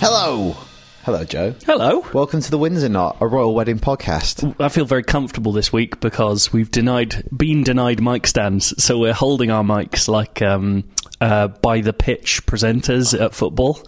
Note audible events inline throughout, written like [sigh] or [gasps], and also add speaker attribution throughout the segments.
Speaker 1: Hello. Hello, Joe.
Speaker 2: Hello.
Speaker 1: Welcome to the Windsor Knot, a royal wedding podcast.
Speaker 2: I feel very comfortable this week because we've denied, been denied mic stands, so we're holding our mics like um, uh, by the pitch presenters at football.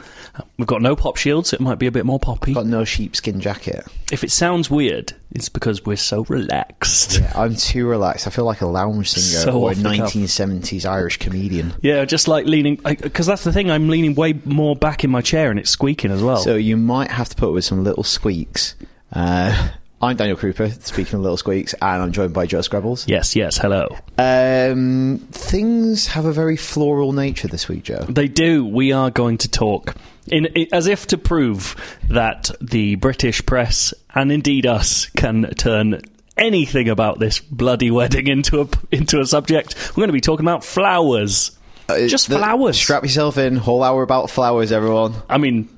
Speaker 2: We've got no pop shields. It might be a bit more poppy.
Speaker 1: Got no sheepskin jacket.
Speaker 2: If it sounds weird, it's because we're so relaxed. [laughs]
Speaker 1: Yeah, I'm too relaxed. I feel like a lounge singer
Speaker 2: So
Speaker 1: or a
Speaker 2: off the cuff.
Speaker 1: 1970s Irish comedian.
Speaker 2: Yeah, just like leaning, because that's the thing. I'm leaning way more back in my chair, and it's squeaking as well.
Speaker 1: So you might have to put up with some little squeaks. Uh, I'm Daniel Cooper, speaking of little squeaks, and I'm joined by Joe Scrabbles.
Speaker 2: yes, yes. Hello.
Speaker 1: Um, things have a very floral nature this week, Joe.
Speaker 2: They do. We are going to talk in, i as if to prove that the British press and indeed us can turn anything about this bloody wedding into a into a subject. We're going to be talking about flowers. Just
Speaker 1: Uh, The-
Speaker 2: flowers.
Speaker 1: Strap yourself in. Whole hour about flowers, everyone.
Speaker 2: I mean,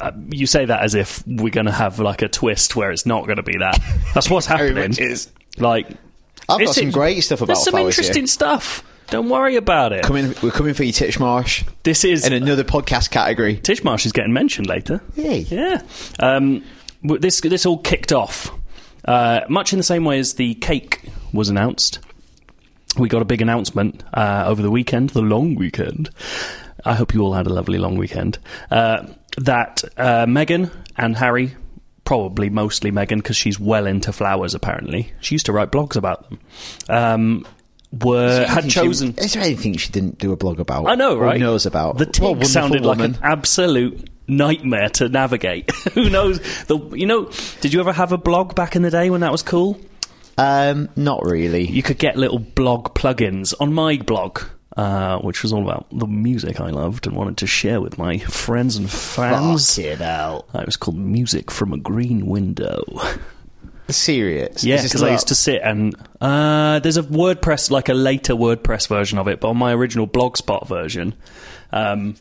Speaker 2: uh, you say that as if we're going to have like a twist where it's not going to be that. That's what's
Speaker 1: [laughs] Very
Speaker 2: happening.
Speaker 1: much is.
Speaker 2: Like
Speaker 1: I've got
Speaker 2: it's-
Speaker 1: some great stuff about
Speaker 2: There's some
Speaker 1: flowers here.
Speaker 2: interesting stuff. Don't worry about it.
Speaker 1: Coming, we're coming for you, Titchmarsh,
Speaker 2: This is
Speaker 1: in another podcast category.
Speaker 2: Tishmarsh is getting mentioned later.
Speaker 1: Yay.
Speaker 2: Yeah. Um, w- this this all kicked off uh, much in the same way as the cake was announced. We got a big announcement uh, over the weekend, the long weekend. I hope you all had a lovely long weekend. Uh, that uh, Meghan and Harry, probably mostly Meghan, because she's well into flowers. Apparently, she used to write blogs about them. Um, were had chosen.
Speaker 1: Is there anything she didn't do a blog about?
Speaker 2: I know,
Speaker 1: Or
Speaker 2: right?
Speaker 1: knows about.
Speaker 2: the
Speaker 1: What a
Speaker 2: tig
Speaker 1: wonderful
Speaker 2: sounded like
Speaker 1: woman.
Speaker 2: an absolute nightmare to navigate. [laughs] Who knows? The you know, did you ever have a blog back in the day when that was cool?
Speaker 1: Um, not really.
Speaker 2: You could get little blog plugins on my blog. Uh, which was all about the music I loved and wanted to share with my friends and fans.
Speaker 1: Fucking hell.
Speaker 2: Uh, It was called Music from a Green Window. [laughs]
Speaker 1: Serious.
Speaker 2: Yeah,
Speaker 1: Is this
Speaker 2: because I
Speaker 1: not-
Speaker 2: used to sit and uh, there's a WordPress, like a later WordPress version of it, but on my original Blogspot version, um,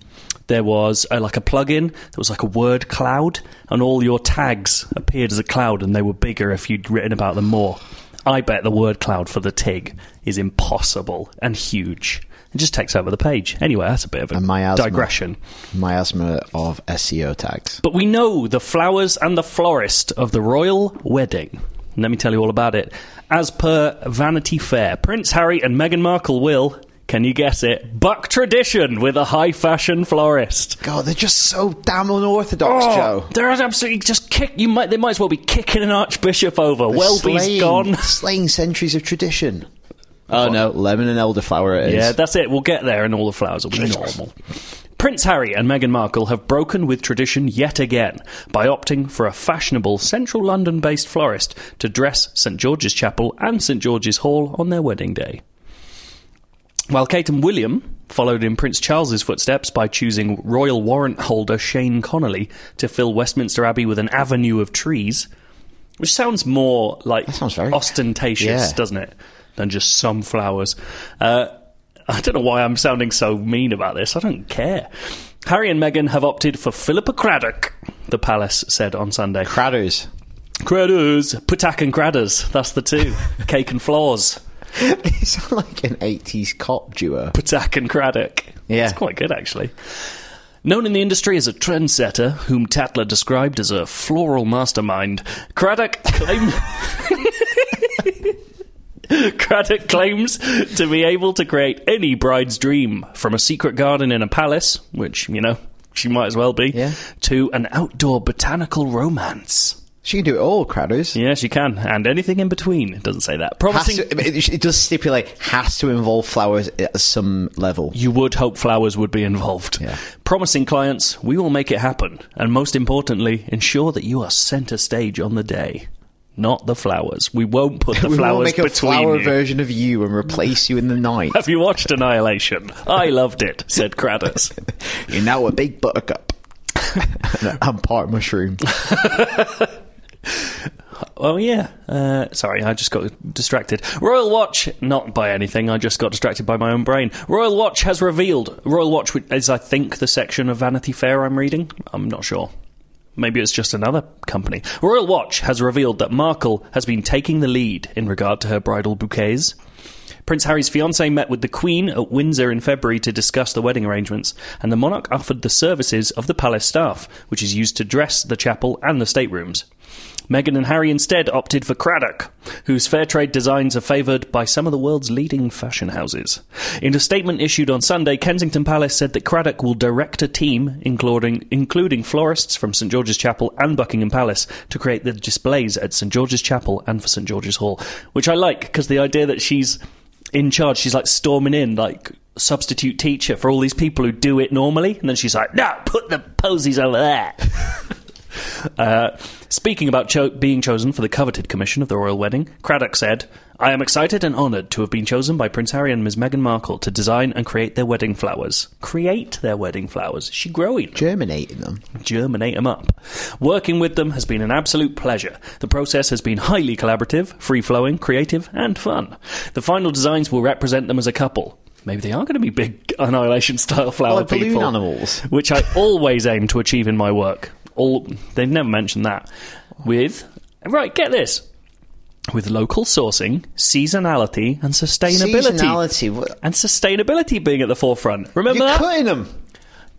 Speaker 2: there was uh like a plugin that was like a word cloud, and all your tags appeared as a cloud, and they were bigger if you'd written about them more. I bet the word cloud for the TIG is impossible and huge. It just takes over the page. Anyway, that's a bit of a
Speaker 1: A miasma.
Speaker 2: digression.
Speaker 1: Miasma of SEO tags.
Speaker 2: But we know the flowers and the florist of the royal wedding. Let me tell you all about it. As per Vanity Fair, Prince Harry and Meghan Markle will, can you guess it, buck tradition with a high fashion florist. Oh,
Speaker 1: God, they're just so damn unorthodox, Joe.
Speaker 2: They're absolutely just kick. You might they might as well be kicking an archbishop over. Welby's
Speaker 1: Slaying- [laughs]
Speaker 2: gone.
Speaker 1: Slaying centuries of tradition. Oh, no. Lemon and elderflower it is.
Speaker 2: Yeah, that's it. We'll get there, and all the flowers will be normal. Prince Harry and Meghan Markle have broken with tradition yet again by opting for a fashionable central London based florist to dress St George's Chapel and St George's Hall on their wedding day. While Kate and William followed in Prince Charles's footsteps by choosing royal warrant holder Shane Connolly to fill Westminster Abbey with an avenue of trees, which sounds more like
Speaker 1: sounds very-
Speaker 2: ostentatious,
Speaker 1: Yeah.
Speaker 2: doesn't it, than just some flowers. Uh, I don't know why I'm sounding so mean about this. I don't care. Harry and Meghan have opted for Philippa Craddock, the palace said on Sunday.
Speaker 1: [laughs] Cradders.
Speaker 2: Cradders, Putak and Cradders, that's the two. Cake and Floors,
Speaker 1: they sound like an 80s cop duo.
Speaker 2: Putak and Craddock.
Speaker 1: Yeah.
Speaker 2: It's quite good, actually. Known in the industry as a trendsetter, whom Tatler described as a floral mastermind, Craddock claimed. [laughs] Craddock claims to be able to create any bride's dream from a secret garden in a palace, which, you know, she might as well be,
Speaker 1: Yeah.
Speaker 2: to an outdoor botanical romance.
Speaker 1: She can do it all, Crowders.
Speaker 2: Yes, you can. And anything in between. It doesn't say that.
Speaker 1: Has
Speaker 2: Promising.
Speaker 1: to, I mean, it, it does stipulate has to involve flowers at some level.
Speaker 2: you would hope flowers would be involved.
Speaker 1: Yeah.
Speaker 2: Promising clients, we will make it happen. And most importantly, ensure that you are centre stage on the day. Not the flowers. We
Speaker 1: [laughs]
Speaker 2: won't put the
Speaker 1: we will
Speaker 2: flowers
Speaker 1: make a
Speaker 2: between
Speaker 1: flower
Speaker 2: you.
Speaker 1: version of you and replace you in the [laughs] night.
Speaker 2: Have you watched Annihilation? I loved it, said Kratos.
Speaker 1: [laughs] You're now a big [laughs] buttercup. I'm part mushroom.
Speaker 2: Oh yeah. Uh, sorry, I just got distracted. Royal Watch, not by anything. I just got distracted by my own brain. Royal Watch has revealed. Royal Watch which is, I think, the section of Vanity Fair I'm reading. I'm not sure. Maybe it's just another company. Royal Watch has revealed that Markle has been taking the lead in regard to her bridal bouquets. Prince Harry's fiancée met with the Queen at Windsor in February to discuss the wedding arrangements, and the monarch offered the services of the palace staff, which is used to dress the chapel and the staterooms. Meghan and Harry instead opted for Craddock, whose fair trade designs are favoured by some of the world's leading fashion houses. In a statement issued on Sunday, Kensington Palace said that Craddock will direct a team, including, including florists from St George's Chapel and Buckingham Palace, to create the displays at St George's Chapel and for St George's Hall, which I like because the idea that she's in charge. She's like storming in, like substitute teacher for all these people who do it normally. And then she's like, no, put the posies over there. Uh, speaking about cho- being chosen for the coveted commission of the royal wedding, Craddock said, I am excited and honoured to have been chosen by Prince Harry and Ms. Meghan Markle to design and create their wedding flowers. Create their wedding flowers. Is She growing
Speaker 1: Germinating them.
Speaker 2: germinate them up. Working with them has been an absolute pleasure. The process has been highly collaborative, free flowing, creative, and fun. The final designs will represent them as a couple. Maybe they are going to be big annihilation style flower
Speaker 1: Like balloon
Speaker 2: people,
Speaker 1: animals.
Speaker 2: which I always aim to achieve in my work. All they've never mentioned that. With right, get this. With local sourcing, seasonality, and sustainability,
Speaker 1: Seasonality. what-
Speaker 2: and sustainability being at the forefront. Remember
Speaker 1: You're
Speaker 2: that?
Speaker 1: cutting them.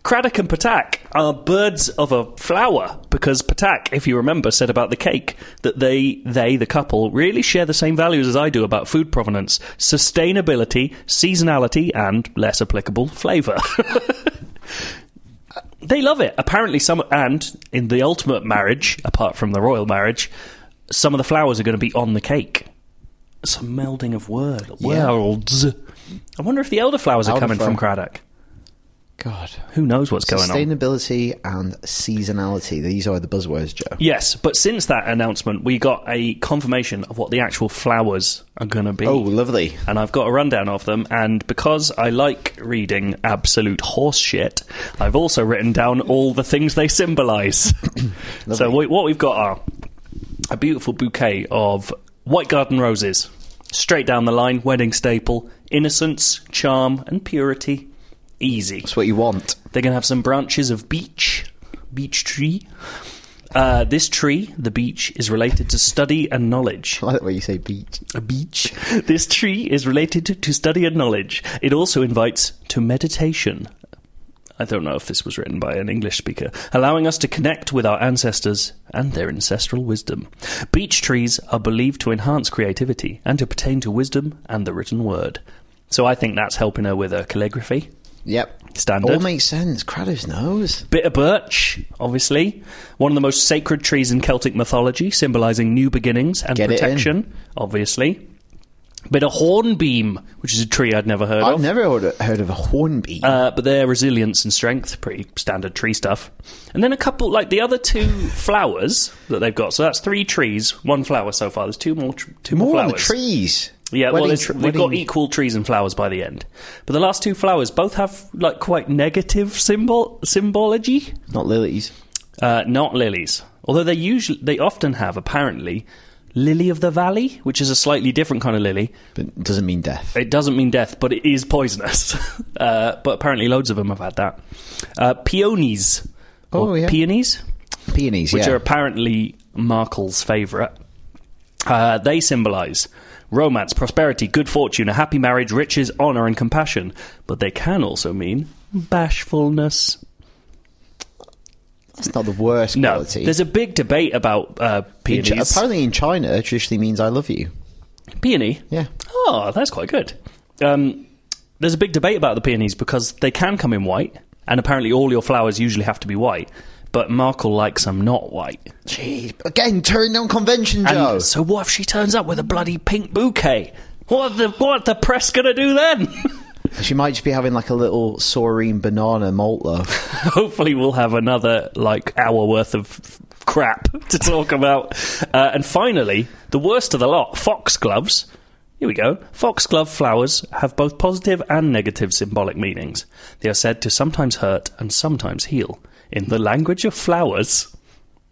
Speaker 2: Craddock and Patak are birds of a flower because Patak, if you remember, said about the cake that they, they, the couple, really share the same values as I do about food provenance, sustainability, seasonality, and less applicable flavour. [laughs] they love it. Apparently, some and in the ultimate marriage, apart from the royal marriage, some of the flowers are going to be on the cake. It's a melding of word,
Speaker 1: Yeah.
Speaker 2: worlds. I wonder if the elderflowers are coming from
Speaker 1: Elderflower.
Speaker 2: Craddock.
Speaker 1: God.
Speaker 2: Who knows what's going on?
Speaker 1: Sustainability and seasonality. These are the buzzwords, Joe.
Speaker 2: Yes, but since that announcement, we got a confirmation of what the actual flowers are going to be.
Speaker 1: Oh, lovely.
Speaker 2: And I've got a rundown of them. And because I like reading absolute horse shit, I've also written down all the things they symbolise. so we, what we've got are a beautiful bouquet of white garden roses, straight down the line, wedding staple, innocence, charm, and purity. Easy.
Speaker 1: That's what you want. [laughs]
Speaker 2: They're going to have some branches of beech, beech tree. Uh, this tree, the beech, is related to study and knowledge.
Speaker 1: I like the way you say beach.
Speaker 2: A beech. This tree is related to study and knowledge. It also invites to meditation. I don't know if this was written by an English speaker, allowing us to connect with our ancestors and their ancestral wisdom. Beech trees are believed to enhance creativity and to pertain to wisdom and the written word. So I think that's helping her with her calligraphy.
Speaker 1: Yep.
Speaker 2: Standard.
Speaker 1: All makes sense. Craddock's nose.
Speaker 2: Bitter birch, obviously, one of the most sacred trees in Celtic mythology, symbolising new beginnings and
Speaker 1: Get it in.
Speaker 2: protection, obviously. Bitter hornbeam, which is a tree I'd never heard
Speaker 1: I've
Speaker 2: of,
Speaker 1: never heard of, heard of a hornbeam.
Speaker 2: uh, but their resilience and strength, pretty standard tree stuff. And then a couple, like the
Speaker 1: [laughs]
Speaker 2: other two flowers that they've got. So that's three trees, one flower so far. There's two more, tr- two more,
Speaker 1: More on
Speaker 2: flowers.
Speaker 1: the trees.
Speaker 2: Yeah, well,
Speaker 1: Wedding
Speaker 2: it's,
Speaker 1: tr-
Speaker 2: they've got
Speaker 1: wedding-
Speaker 2: equal trees and flowers by the end, but the last two flowers both have like quite negative symbol symbology.
Speaker 1: Not lilies.
Speaker 2: Uh, not lilies, although they usually they often have apparently lily of the valley, which is a slightly different kind of lily.
Speaker 1: But it doesn't mean death.
Speaker 2: It doesn't mean death, but it is poisonous. [laughs] uh, but apparently, loads of them have had that. Uh, peonies,
Speaker 1: Oh,
Speaker 2: or
Speaker 1: yeah.
Speaker 2: peonies,
Speaker 1: Peonies,
Speaker 2: which
Speaker 1: yeah.
Speaker 2: are apparently Markle's favourite. Uh, they symbolise romance, prosperity, good fortune, a happy marriage, riches, honour, and compassion. But they can also mean bashfulness.
Speaker 1: That's not the worst
Speaker 2: No,
Speaker 1: quality.
Speaker 2: there's a big debate about uh,
Speaker 1: In Chi-
Speaker 2: peonies.
Speaker 1: apparently in China, traditionally means I love you.
Speaker 2: Peony?
Speaker 1: Yeah.
Speaker 2: Oh, that's quite good. Um, there's a big debate about the peonies because they can come in white, and apparently all your flowers usually have to be white. but Markle likes them not white.
Speaker 1: Gee, again, turn down convention,
Speaker 2: And
Speaker 1: Joe.
Speaker 2: so what if she turns up with a bloody pink bouquet? What are the what are the press gonna do then? [laughs]
Speaker 1: She might just be having like a little saurine banana malt loaf.
Speaker 2: [laughs] Hopefully, we'll have another like hour worth of crap to talk about. Uh, and finally, the worst of the lot: foxgloves. Here we go. Foxglove flowers have both positive and negative symbolic meanings. They are said to sometimes hurt and sometimes heal. In the language of flowers,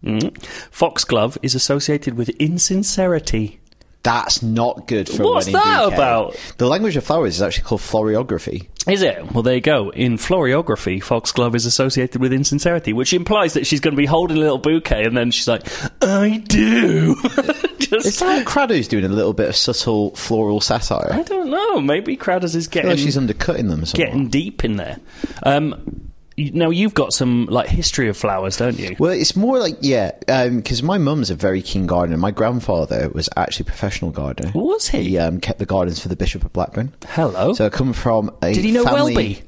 Speaker 2: mm, foxglove is associated with insincerity.
Speaker 1: [laughs] That's not good for
Speaker 2: What's
Speaker 1: winning
Speaker 2: that
Speaker 1: DK.
Speaker 2: about?
Speaker 1: The language of flowers is actually called floriography.
Speaker 2: Is it? Well, there you go. In floriography, foxglove is associated with insincerity, which implies that she's going to be holding a little bouquet and then she's like, I do. [laughs] Just,
Speaker 1: Is
Speaker 2: [gasps]
Speaker 1: that Craddo's doing a little bit of subtle floral
Speaker 2: I
Speaker 1: satire?
Speaker 2: don't know. Maybe Crowders is
Speaker 1: I feel
Speaker 2: getting,
Speaker 1: like she's undercutting them somewhat.
Speaker 2: getting deep in there. Um, you, now, you've got some like history of flowers, don't you?
Speaker 1: Well, it's more like yeah, because my mum's a very keen gardener. My grandfather was actually a professional gardener.
Speaker 2: Was he?
Speaker 1: He um, kept the gardens for the Bishop of Blackburn.
Speaker 2: Hello.
Speaker 1: So I come from a.
Speaker 2: Did he know
Speaker 1: family-
Speaker 2: Welby?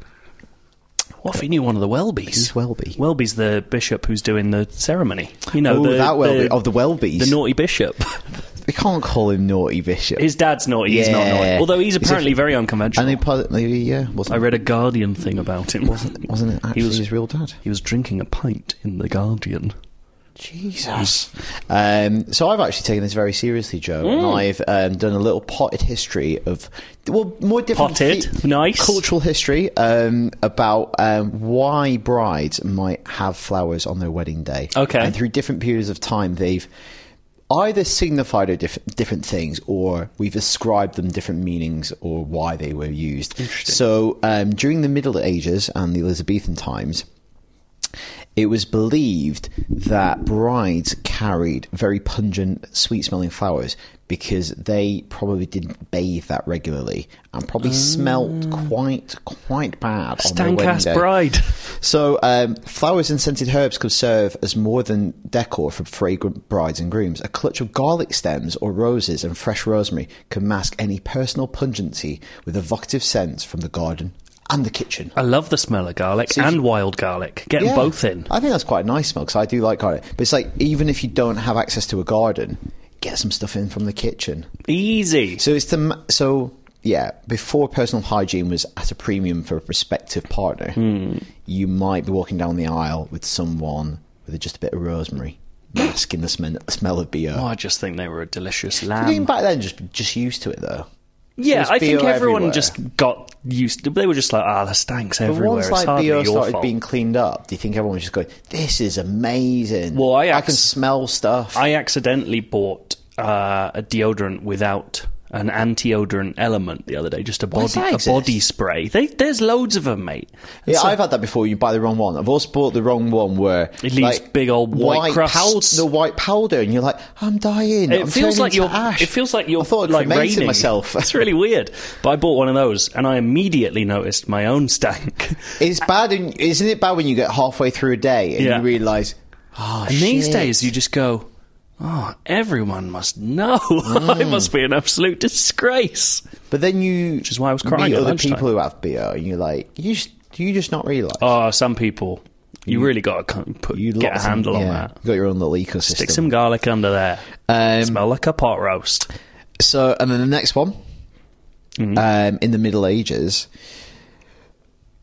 Speaker 2: What if he knew one of the Welbys?
Speaker 1: Who's Welby?
Speaker 2: Welby's the bishop who's doing the ceremony. You know,
Speaker 1: Oh,
Speaker 2: the,
Speaker 1: that Welby of the Welbys.
Speaker 2: the naughty bishop. [laughs]
Speaker 1: We can't call him naughty bishop.
Speaker 2: His dad's naughty. He's not
Speaker 1: Yeah.
Speaker 2: naughty. Although he's
Speaker 1: He's a-
Speaker 2: apparently very unconventional.
Speaker 1: and he partly yeah wasn't
Speaker 2: I read a Guardian thing about him.
Speaker 1: wasn't, wasn't it actually
Speaker 2: was-
Speaker 1: his real dad?
Speaker 2: [laughs] He was drinking a pint in the Guardian.
Speaker 1: Jesus. Um, so I've actually taken this very seriously, Joe, and
Speaker 2: Mm.
Speaker 1: I've um, done a little potted history of well, more different
Speaker 2: Potted? Nice.
Speaker 1: cultural history um, about um, why brides might have flowers on their wedding day.
Speaker 2: Okay.
Speaker 1: and through different periods of time, they've either signified a diff- different things or we've ascribed them different meanings or why they were used. So um, during the Middle Ages and the Elizabethan times, it was believed that brides carried very pungent, sweet smelling flowers because they probably didn't bathe that regularly and probably smelt quite, quite bad. on their
Speaker 2: Stank
Speaker 1: wedding
Speaker 2: ass
Speaker 1: day.
Speaker 2: bride.
Speaker 1: So, um, flowers and scented herbs could serve as more than decor for fragrant brides and grooms. A clutch of garlic stems or roses and fresh rosemary could mask any personal pungency with evocative scents from the garden and the kitchen.
Speaker 2: I love the smell of garlic and wild garlic. Get 'em
Speaker 1: Yeah.
Speaker 2: both in.
Speaker 1: I think that's quite a nice smell because I do like garlic. But it's like even if you don't have access to a garden, get some stuff in from the kitchen.
Speaker 2: Easy.
Speaker 1: So it's the m- so yeah. Before personal hygiene was at a premium for a prospective partner,
Speaker 2: Hmm.
Speaker 1: you might be walking down the aisle with someone with just a bit of
Speaker 2: [gasps]
Speaker 1: rosemary, masking the sm- smell of beer.
Speaker 2: Oh, I just think they were a delicious
Speaker 1: I mean,
Speaker 2: lamb.
Speaker 1: back then, just just used to it though.
Speaker 2: Yeah,
Speaker 1: There's
Speaker 2: I think
Speaker 1: beer
Speaker 2: everyone
Speaker 1: everywhere.
Speaker 2: just got used to They were just like, ah, the stanks
Speaker 1: But
Speaker 2: everywhere.
Speaker 1: once
Speaker 2: it's
Speaker 1: like
Speaker 2: hardly
Speaker 1: beer
Speaker 2: your
Speaker 1: started
Speaker 2: fault.
Speaker 1: being cleaned up, do you think everyone was just going, "This is amazing"?
Speaker 2: Well, I
Speaker 1: can
Speaker 2: acc-
Speaker 1: smell stuff.
Speaker 2: I accidentally bought uh, a deodorant without an anti-odorant element the other day. Just a
Speaker 1: does
Speaker 2: body,
Speaker 1: that
Speaker 2: a
Speaker 1: exist?
Speaker 2: body spray. They, there's loads of them, mate. And
Speaker 1: Yeah,
Speaker 2: so-
Speaker 1: I've had that before. You buy the wrong one. I've also bought the wrong one where
Speaker 2: It leaves big old white crusts.
Speaker 1: powder, the white powder, and you're like, I'm dying.
Speaker 2: It
Speaker 1: I'm
Speaker 2: feels
Speaker 1: turning
Speaker 2: like
Speaker 1: to
Speaker 2: you're.
Speaker 1: ash.
Speaker 2: It feels like you're.
Speaker 1: I thought I'd
Speaker 2: like
Speaker 1: cremated
Speaker 2: raining.
Speaker 1: myself. [laughs]
Speaker 2: it's really weird. But I bought one of those, and I immediately noticed my own stank.
Speaker 1: [laughs] It's bad, and isn't it bad when you get halfway through a day and
Speaker 2: Yeah.
Speaker 1: you realise, oh,
Speaker 2: And these
Speaker 1: shit.
Speaker 2: days, you just go, oh, everyone must know. [laughs] I
Speaker 1: Mm.
Speaker 2: must be an absolute disgrace.
Speaker 1: But then you,
Speaker 2: is why I was crying
Speaker 1: meet
Speaker 2: at
Speaker 1: other
Speaker 2: lunchtime.
Speaker 1: people who have beer, and you're like, you just, you just not realise.
Speaker 2: Oh, some people. You, really got to put,
Speaker 1: you
Speaker 2: get a
Speaker 1: lot some-
Speaker 2: handle on
Speaker 1: yeah,
Speaker 2: that.
Speaker 1: You got your own little ecosystem.
Speaker 2: Stick some garlic under there.
Speaker 1: um,
Speaker 2: Smell like a pot roast.
Speaker 1: So, and then the next one,
Speaker 2: Mm-hmm.
Speaker 1: um, in the Middle Ages,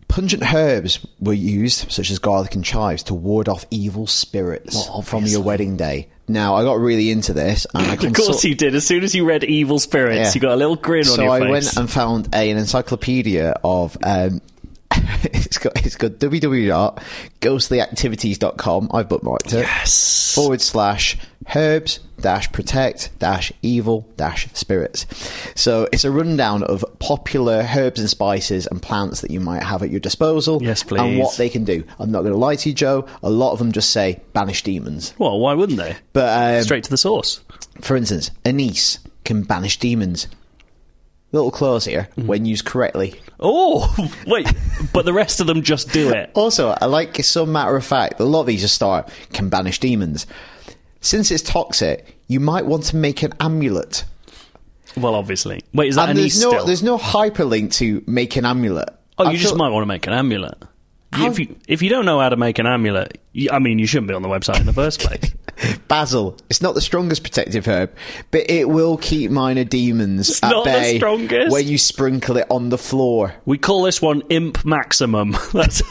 Speaker 1: pungent herbs were used, such as garlic and chives, to ward off evil spirits
Speaker 2: Well,
Speaker 1: from
Speaker 2: obviously.
Speaker 1: your wedding day. Now, I got really into this, and I
Speaker 2: [laughs] Of course you did. As soon as you read Evil Spirits,
Speaker 1: Yeah.
Speaker 2: you got a little grin
Speaker 1: so
Speaker 2: on your
Speaker 1: I
Speaker 2: face.
Speaker 1: went and found a, an encyclopedia of. Um, [laughs] it's got it's got www.ghostlyactivities.com. I've bookmarked it.
Speaker 2: yes.
Speaker 1: forward slash herbs dash protect dash evil dash spirits. So it's a rundown of popular herbs and spices and plants that you might have at your disposal.
Speaker 2: Yes,
Speaker 1: And
Speaker 2: please.
Speaker 1: what they can do. I'm not going to lie to you, Joe. A lot of them just say banish demons.
Speaker 2: Well, why wouldn't they?
Speaker 1: But um,
Speaker 2: Straight to the source.
Speaker 1: for instance, anise can banish demons. Little clause here
Speaker 2: Mm-hmm.
Speaker 1: when used correctly.
Speaker 2: Oh, [laughs] wait. but the rest of them just do it.
Speaker 1: Also, I like some matter of fact. A lot of these just start can banish demons. Since it's toxic, you might want to make an amulet
Speaker 2: Well, obviously. Wait, is that
Speaker 1: and
Speaker 2: an
Speaker 1: there's
Speaker 2: East
Speaker 1: no
Speaker 2: still?
Speaker 1: there's no hyperlink to make an amulet.
Speaker 2: Oh,
Speaker 1: I
Speaker 2: you just
Speaker 1: feel-
Speaker 2: might want to make an amulet. if you if you don't know how to make an amulet, you, I mean, you shouldn't be on the website in the first
Speaker 1: [laughs]
Speaker 2: place.
Speaker 1: Basil. It's not the strongest protective herb, but it will keep minor demons
Speaker 2: It's
Speaker 1: at
Speaker 2: not the
Speaker 1: bay
Speaker 2: strongest.
Speaker 1: when you sprinkle it on the floor.
Speaker 2: We call this one imp maximum. [laughs] That's,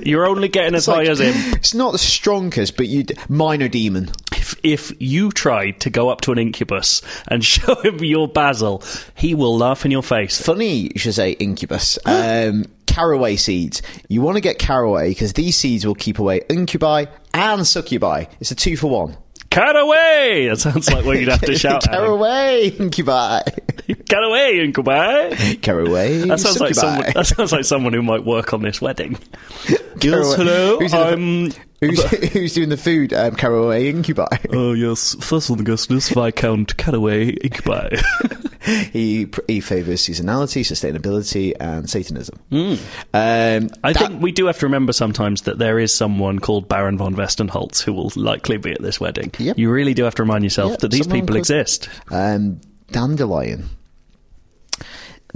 Speaker 2: you're only getting as
Speaker 1: It's
Speaker 2: high
Speaker 1: like-
Speaker 2: as imp.
Speaker 1: It's not the strongest, but you d- minor demon.
Speaker 2: If, if you tried to go up to an incubus and [laughs] show him your basil, he will laugh in your face.
Speaker 1: Funny you should say
Speaker 2: [gasps]
Speaker 1: incubus. Um, caraway seeds. You want to get caraway because these seeds will keep away incubi and succubi. It's a two for one.
Speaker 2: Cut away! That sounds like what you'd have
Speaker 1: [laughs]
Speaker 2: to shout at him.
Speaker 1: caraway
Speaker 2: [laughs]
Speaker 1: incubi.
Speaker 2: Cut away, incubi!
Speaker 1: caraway.
Speaker 2: That sounds, like someone,
Speaker 1: succubi.
Speaker 2: that sounds like someone who might work on this wedding. Yes,
Speaker 1: [laughs] Caraway-
Speaker 2: hello,
Speaker 1: Who's in the-
Speaker 2: I'm...
Speaker 1: Who's, [laughs] who's doing the food? Um, caraway incubi. [laughs]
Speaker 2: Oh, yes, first on the guest list, Viscount Cutaway Incubi.
Speaker 1: He he favors seasonality, sustainability, and Satanism. Um,
Speaker 2: [laughs] Hmm. I think we do have to remember sometimes that there is someone called Baron von Westenholz who will likely be at this wedding.
Speaker 1: Yep.
Speaker 2: You really do have to remind yourself
Speaker 1: Yep,
Speaker 2: that these
Speaker 1: someone
Speaker 2: people
Speaker 1: could-
Speaker 2: exist,
Speaker 1: um, dandelion.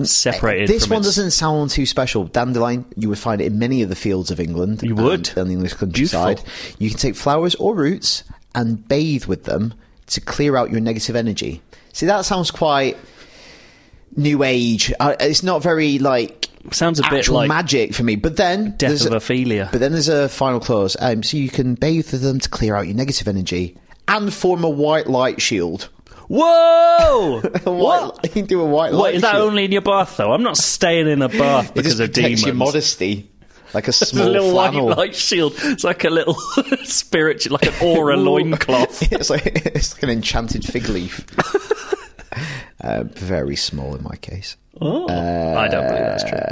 Speaker 2: separated.
Speaker 1: this
Speaker 2: from
Speaker 1: one
Speaker 2: its-
Speaker 1: doesn't sound too special. Dandelion, you would find it in many of the fields of England.
Speaker 2: You
Speaker 1: and-
Speaker 2: would.
Speaker 1: and the English countryside. You can take flowers or roots and bathe with them to clear out your negative energy. See, that sounds quite new age. Uh, it's not very like
Speaker 2: Sounds a bit
Speaker 1: actual
Speaker 2: like
Speaker 1: magic for me. But then
Speaker 2: Death
Speaker 1: there's
Speaker 2: of
Speaker 1: a-
Speaker 2: Ophelia.
Speaker 1: But then there's a final clause. Um, so you can bathe with them to clear out your negative energy and form a white light shield. [laughs] A
Speaker 2: Whoa! what?
Speaker 1: White, you can do a white light
Speaker 2: What is that
Speaker 1: shield.
Speaker 2: only in your bath though? I'm not staying in a bath
Speaker 1: It just
Speaker 2: because of
Speaker 1: protects
Speaker 2: demons.
Speaker 1: your modesty. Like a
Speaker 2: It's a
Speaker 1: small
Speaker 2: little white
Speaker 1: flannel.
Speaker 2: light shield. It's like a little [laughs] spiritual, like an
Speaker 1: [laughs]
Speaker 2: aura loincloth.
Speaker 1: it's like it's like an enchanted fig leaf. [laughs] uh, very small in my case.
Speaker 2: Oh, I don't believe that's true. [laughs]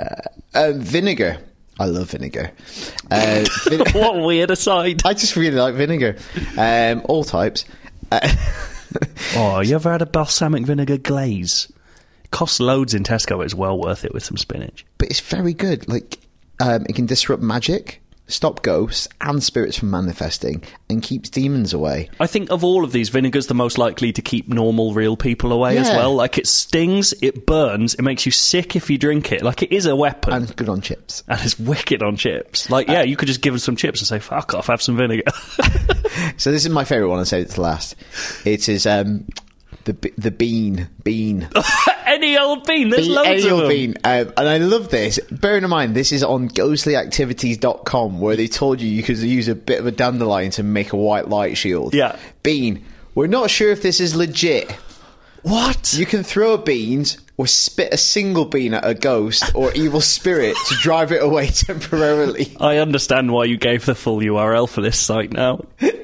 Speaker 1: Um, vinegar. I love vinegar.
Speaker 2: [laughs]
Speaker 1: Uh, vin-
Speaker 2: What a weird aside.
Speaker 1: I just really like vinegar. Um, all types.
Speaker 2: Oh, you ever had a balsamic vinegar glaze? Costs loads in Tesco. It's well worth it with some spinach.
Speaker 1: but it's very good. Like um, it can disrupt magic, stop ghosts and spirits from manifesting, and keeps demons away.
Speaker 2: I think of all of these, vinegar's the most likely to keep normal, real people away as
Speaker 1: Yeah.
Speaker 2: well. Like it stings, it burns, it makes you sick if you drink it. Like it is a weapon.
Speaker 1: And good on chips.
Speaker 2: and it's wicked on chips.
Speaker 1: Uh,
Speaker 2: Like, yeah, you could just give them some chips and say, "Fuck off, have some vinegar." [laughs]
Speaker 1: So this is my favourite one. I saved it to last. It is um, the b- the bean bean.
Speaker 2: Any old bean, [laughs] there's
Speaker 1: The
Speaker 2: loads of
Speaker 1: ale
Speaker 2: them.
Speaker 1: bean. Um, and I love this. Bearing in mind, this is on ghostlyactivities.com where they told you you could use a bit of a dandelion to make a white light shield.
Speaker 2: Yeah.
Speaker 1: Bean. We're not sure if this is legit.
Speaker 2: What?
Speaker 1: You can throw beans or spit a single bean at a ghost or evil spirit to drive it away [laughs] temporarily.
Speaker 2: I understand why you gave the full URL for this site now.
Speaker 1: [laughs]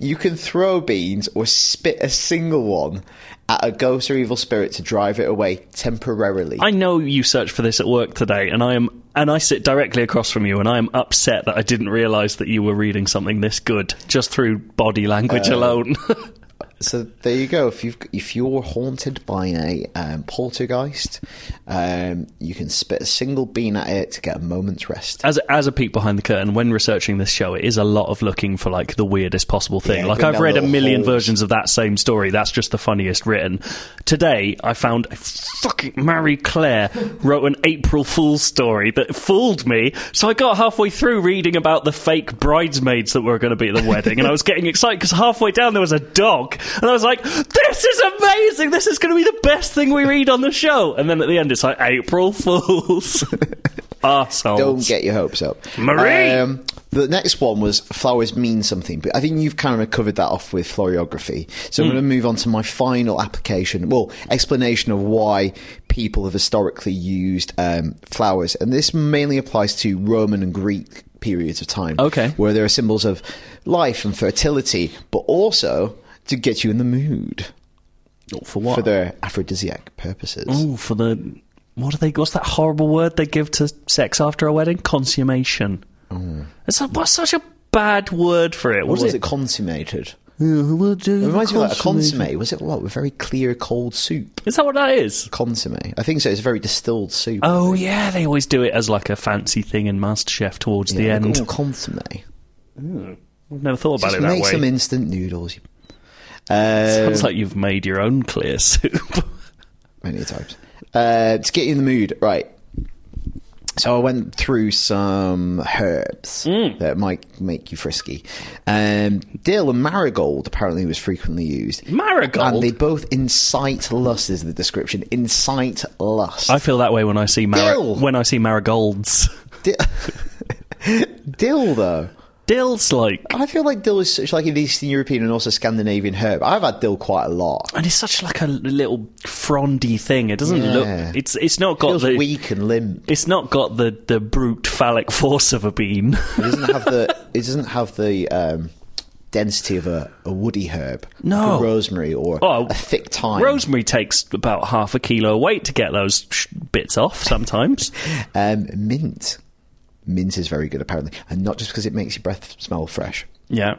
Speaker 1: You can throw beans or spit a single one at a ghost or evil spirit to drive it away temporarily.
Speaker 2: I know you searched for this at work today, and I am, and I sit directly across from you, and I am upset that I didn't realise that you were reading something this good just through body language
Speaker 1: Uh,
Speaker 2: alone. [laughs]
Speaker 1: So there you go. If you if you're haunted by a um, poltergeist, um, you can spit a single bean at it to get a moment's rest.
Speaker 2: as as a peek behind the curtain, when researching this show, it is a lot of looking for like the weirdest possible thing.
Speaker 1: Yeah,
Speaker 2: like
Speaker 1: going
Speaker 2: I've
Speaker 1: down
Speaker 2: read a
Speaker 1: little
Speaker 2: million
Speaker 1: holes.
Speaker 2: versions of that same story. That's just the funniest written. Today, I found a fucking Marie Claire wrote an April Fool's story that fooled me. So I got halfway through reading about the fake bridesmaids that were going to be at the wedding, and I was getting excited because halfway down there was a dog, and I was like, "This is amazing! This is going to be the best thing we read on the show." And then at the end, it's like April Fools.
Speaker 1: [laughs]
Speaker 2: Arseholes.
Speaker 1: Don't get your hopes up, Um,
Speaker 2: Marie!
Speaker 1: the next one was flowers mean something, but I think you've kind of covered that off with florography. So
Speaker 2: Hmm.
Speaker 1: I'm going to move on to my final application, well, explanation of why people have historically used um, flowers, and this mainly applies to Roman and Greek periods of time.
Speaker 2: Okay.
Speaker 1: where there are symbols of life and fertility, but also to get you in the mood
Speaker 2: For what?
Speaker 1: for their aphrodisiac purposes.
Speaker 2: Ooh, for the what do they? What's that horrible word they give to sex after a wedding? Consummation. It's a, what's such a bad word for it?
Speaker 1: Mm. What
Speaker 2: Was
Speaker 1: was
Speaker 2: it?
Speaker 1: it? Consummated. It
Speaker 2: reminds
Speaker 1: reminds me of like a consomme. Was it what? A very clear, cold soup.
Speaker 2: Is that what that is?
Speaker 1: Consomme. I think so. It's a very distilled soup.
Speaker 2: Oh yeah, they always do it as like a fancy thing in MasterChef towards the
Speaker 1: Yeah,
Speaker 2: end.
Speaker 1: ooh, consomme.
Speaker 2: I've never thought about
Speaker 1: Just
Speaker 2: it that
Speaker 1: make
Speaker 2: way.
Speaker 1: some instant noodles. Uh,
Speaker 2: Sounds like you've made your own
Speaker 1: [laughs]
Speaker 2: clear soup.
Speaker 1: many times. Uh, to get you in the mood, right? So I went through some herbs
Speaker 2: Mm.
Speaker 1: that might make you frisky. Um, dill and marigold apparently was frequently used.
Speaker 2: Marigold?
Speaker 1: And they both incite lust is the description. Incite lust.
Speaker 2: I feel that way when I see mar-
Speaker 1: Dill.
Speaker 2: when I see marigolds. [laughs]
Speaker 1: Di- [laughs] dill though.
Speaker 2: Dill's like,
Speaker 1: I feel like dill is such like an Eastern European and also Scandinavian herb. I've had dill quite a lot.
Speaker 2: and it's such like a little frondy thing. It doesn't
Speaker 1: Yeah.
Speaker 2: look. It's it's not got
Speaker 1: feels
Speaker 2: the
Speaker 1: weak and limp.
Speaker 2: it's not got the the brute phallic force of a bean.
Speaker 1: It doesn't have the it doesn't have the um, density of a, a woody herb.
Speaker 2: No.
Speaker 1: Like a rosemary or
Speaker 2: Oh,
Speaker 1: a thick thyme.
Speaker 2: Rosemary takes about half a kilo of weight to get those sh- bits off
Speaker 1: [laughs]
Speaker 2: sometimes.
Speaker 1: Um, mint. Mint is very good, apparently, and not just because it makes your breath smell fresh.
Speaker 2: yeah.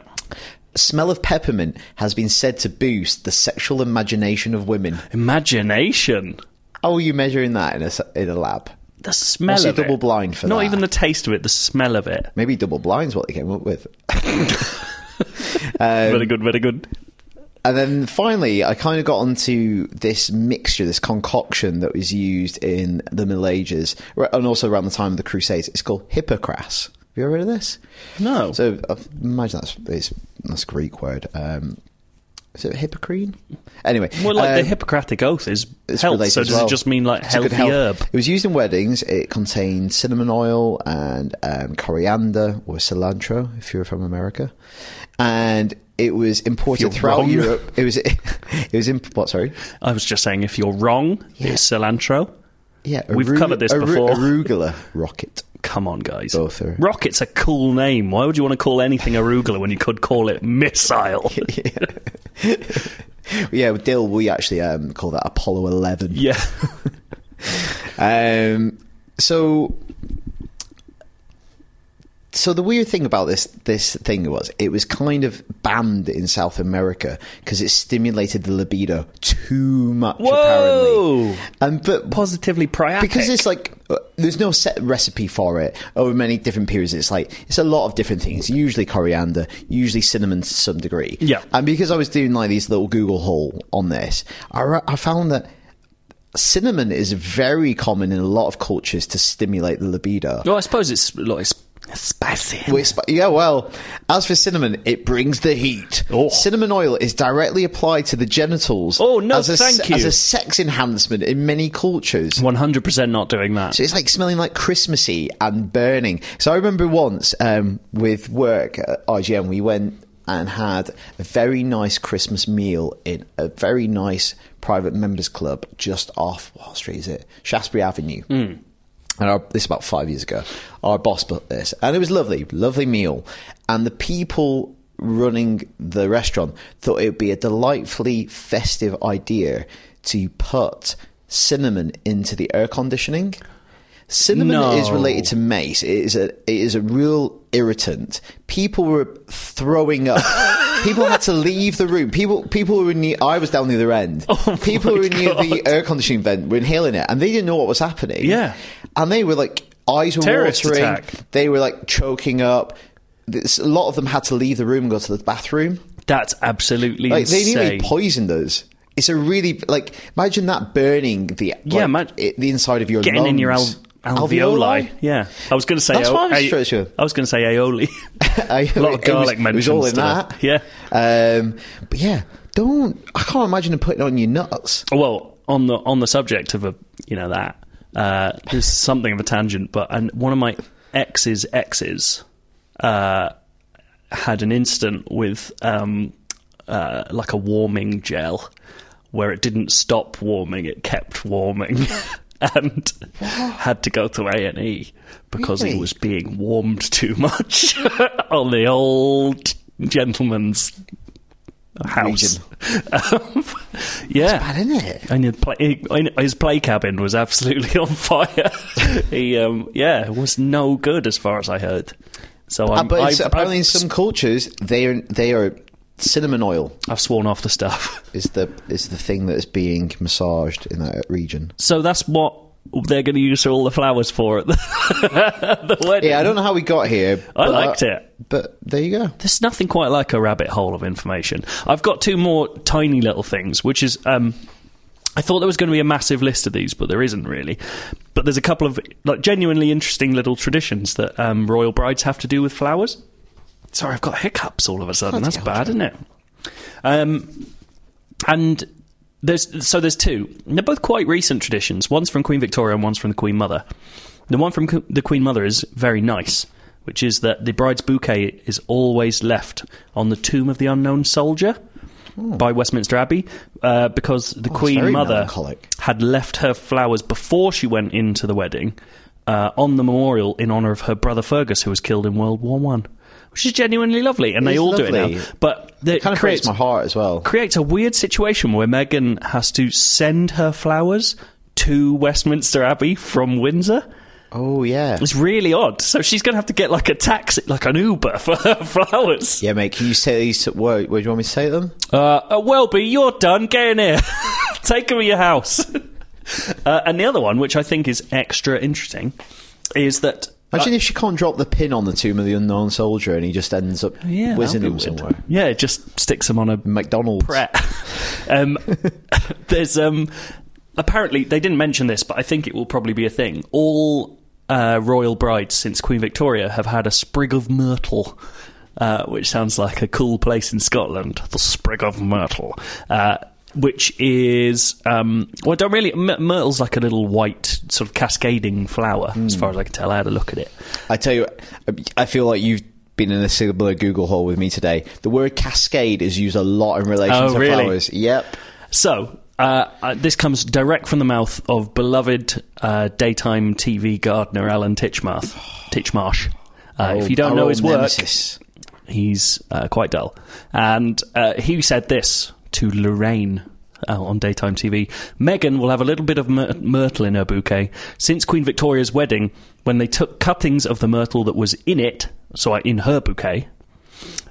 Speaker 1: Smell of peppermint has been said to boost the sexual imagination of women.
Speaker 2: Imagination.
Speaker 1: How are you measuring that in a, s- in a lab?
Speaker 2: The smell
Speaker 1: Also
Speaker 2: of it.
Speaker 1: double blind for
Speaker 2: Not
Speaker 1: that.
Speaker 2: even the taste of it, the smell of it.
Speaker 1: Maybe double blind's what they came up with. Um,
Speaker 2: very good, very good.
Speaker 1: And then finally, I kind of got onto this mixture, this concoction that was used in the Middle Ages ra- and also around the time of the Crusades. It's called hippocras. Have you ever heard of this?
Speaker 2: No.
Speaker 1: So I imagine that's it's, that's a Greek word. Um, is it hippocrene? Anyway,
Speaker 2: well, like the
Speaker 1: um,
Speaker 2: Hippocratic Oath is
Speaker 1: it's
Speaker 2: health,
Speaker 1: related
Speaker 2: so
Speaker 1: as
Speaker 2: does
Speaker 1: well.
Speaker 2: it just mean like
Speaker 1: It's a good
Speaker 2: healthy
Speaker 1: health-
Speaker 2: herb?
Speaker 1: It was used in weddings. It contained cinnamon oil and um, coriander or cilantro, if you're from America, and it was imported
Speaker 2: you're
Speaker 1: throughout
Speaker 2: wrong.
Speaker 1: Europe. It was [laughs] it was in what? Sorry,
Speaker 2: I was just saying, if you're wrong, it's cilantro.
Speaker 1: yeah,
Speaker 2: We've covered this
Speaker 1: aru-
Speaker 2: before.
Speaker 1: Arugula rocket.
Speaker 2: Come on, guys.
Speaker 1: Both are-
Speaker 2: Rocket's a cool name. Why would you want to call anything arugula when you could call
Speaker 1: [laughs]
Speaker 2: it missile?
Speaker 1: Yeah, with dill. We actually um, call that Apollo Eleven.
Speaker 2: yeah.
Speaker 1: Um, so, so the weird thing about this this thing was it was kind of banned in South America because it stimulated the libido too much.
Speaker 2: Whoa!
Speaker 1: Apparently, and but
Speaker 2: Positively priapic.
Speaker 1: because it's like uh, there's no set recipe for it over many different periods. It's like it's a lot of different things. Usually coriander, usually cinnamon to some degree.
Speaker 2: Yeah.
Speaker 1: And because I was doing like these little Google haul on this, I, ra- I found that cinnamon is very common in a lot of cultures to stimulate the libido.
Speaker 2: Well, I suppose it's like it's spicy.
Speaker 1: Well, it's- Yeah, well, as for cinnamon, it brings the heat.
Speaker 2: Oh.
Speaker 1: Cinnamon oil is directly applied to the genitals.
Speaker 2: Oh, no,
Speaker 1: as a,
Speaker 2: thank
Speaker 1: se-
Speaker 2: you.
Speaker 1: As a sex enhancement in many cultures.
Speaker 2: One hundred percent not doing that.
Speaker 1: So it's like smelling like Christmassy and burning. So I remember once um, with work at IGN, we went and had a very nice Christmas meal in a very nice private members club just off, what street is it? Shaftesbury Avenue. And our, this is about five years ago. Our boss built this, and it was lovely, lovely meal. And the people running the restaurant thought it would be a delightfully festive idea to put cinnamon into the air conditioning. Cinnamon
Speaker 2: No.
Speaker 1: is related to mace. It is a it is a real irritant. People were throwing up. people had to leave the room. People people were near. I was down the other end. people were near the air conditioning vent were inhaling it, and they didn't know what was happening.
Speaker 2: Yeah.
Speaker 1: and they were like eyes were
Speaker 2: Terrorist
Speaker 1: watering.
Speaker 2: attack.
Speaker 1: They were like choking up. This, a lot of them had to leave the room and go to the bathroom.
Speaker 2: That's absolutely
Speaker 1: Like they nearly
Speaker 2: insane.
Speaker 1: poisoned us. It's a really like imagine that burning the
Speaker 2: Yeah,
Speaker 1: like,
Speaker 2: man.
Speaker 1: it, the inside of your
Speaker 2: Getting
Speaker 1: lungs.
Speaker 2: in your al- alveoli. Yeah, I was going to say.
Speaker 1: That's why I was
Speaker 2: a-
Speaker 1: straight to-
Speaker 2: I was going to say
Speaker 1: [laughs]
Speaker 2: aioli.
Speaker 1: a
Speaker 2: lot of
Speaker 1: [laughs]
Speaker 2: garlic
Speaker 1: it was, it was all in that.
Speaker 2: mentions today.
Speaker 1: Um, but yeah, don't. I can't imagine them putting on your nuts.
Speaker 2: well, on the on the subject of a you know that uh, there's something of a tangent, but and one of my ex's exes uh, had an incident with um, uh, like a warming gel where it didn't stop warming; it kept warming. [laughs] And had to go to A and E because he
Speaker 1: Really?
Speaker 2: was being warmed too much [laughs] on the old gentleman's house. [laughs]
Speaker 1: Region.
Speaker 2: Um, yeah,
Speaker 1: Bad, isn't it?
Speaker 2: and his play, and his play cabin was absolutely [laughs] on fire. he, um, yeah, was no good as far as I heard. So
Speaker 1: Uh,
Speaker 2: I'm,
Speaker 1: but it's,
Speaker 2: Um, I've,
Speaker 1: apparently,
Speaker 2: I've,
Speaker 1: in some cultures, they are they are cinnamon oil
Speaker 2: I've sworn off the stuff. [laughs]
Speaker 1: is the is the thing that is being massaged in that region.
Speaker 2: So that's what they're going to use all the flowers for at the, the [laughs] wedding.
Speaker 1: Yeah, I don't know how we got here.
Speaker 2: I
Speaker 1: but- uh,
Speaker 2: liked it.
Speaker 1: but there you go.
Speaker 2: There's nothing quite like a rabbit hole of information. I've got two more tiny little things, which is um, I thought there was going to be a massive list of these, but there isn't really. But there's a couple of like genuinely interesting little traditions that um, royal brides have to do with flowers. Sorry, I've got hiccups all of a sudden. That's bad, isn't it? Um, and there's so there's two. They're both quite recent traditions. One's from Queen Victoria and one's from the Queen Mother. The one from Co- the Queen Mother is very nice, which is that the bride's bouquet is always left on the tomb of the unknown soldier by Westminster Abbey uh, because the Queen
Speaker 1: Hmm. Oh, very
Speaker 2: Mother
Speaker 1: melancholic.
Speaker 2: had left her flowers before she went into the wedding uh, on the memorial in honor of her brother Fergus, who was killed in World War One, which is genuinely lovely, and
Speaker 1: It
Speaker 2: they
Speaker 1: is
Speaker 2: all do it
Speaker 1: lovely.
Speaker 2: now. But it
Speaker 1: kind of
Speaker 2: creates
Speaker 1: breaks my heart as well.
Speaker 2: creates a weird situation where Meghan has to send her flowers to Westminster Abbey from Windsor.
Speaker 1: Oh yeah,
Speaker 2: It's really odd. So she's going to have to get like a taxi, like an Uber [laughs] for her flowers.
Speaker 1: yeah, mate. Can you say these? Where, where do you want me to say them?
Speaker 2: Uh, uh, Welby, you're done. Get in here. [laughs] Take them to your house. [laughs] uh, and the other one, which I think is extra interesting, is that.
Speaker 1: Imagine if she can't drop the pin on the tomb of the unknown soldier, and he just ends up
Speaker 2: Oh, Yeah, that'd
Speaker 1: whizzing
Speaker 2: be
Speaker 1: him
Speaker 2: weird.
Speaker 1: somewhere.
Speaker 2: Yeah, it just sticks them on a
Speaker 1: McDonald's.
Speaker 2: Brett. [laughs] um, there's um, apparently they didn't mention this, but I think it will probably be a thing. All uh, royal brides since Queen Victoria have had a sprig of myrtle. Uh, which sounds like a cool place in Scotland, the Sprig of Myrtle, uh, which is um, well, I don't really. my- Myrtle's like a little white sort of cascading flower, as far as I can tell. I had a look at it.
Speaker 1: I tell you, I feel like you've been in a similar Google hole with me today. The word cascade is used a lot in relation
Speaker 2: Oh,
Speaker 1: to
Speaker 2: really?
Speaker 1: flowers. Yep.
Speaker 2: So, uh, uh, this comes direct from the mouth of beloved uh, daytime TV gardener Alan Titchmarsh. Titchmarsh. Uh, if you don't
Speaker 1: Oh, Our
Speaker 2: know
Speaker 1: old
Speaker 2: his work,
Speaker 1: nemesis.
Speaker 2: he's uh, quite dull. And uh, he said this to Lorraine. Uh, on daytime TV, Meghan will have a little bit of myr- myrtle in her bouquet. Since Queen Victoria's wedding, when they took cuttings of the myrtle that was in it, so I- in her bouquet,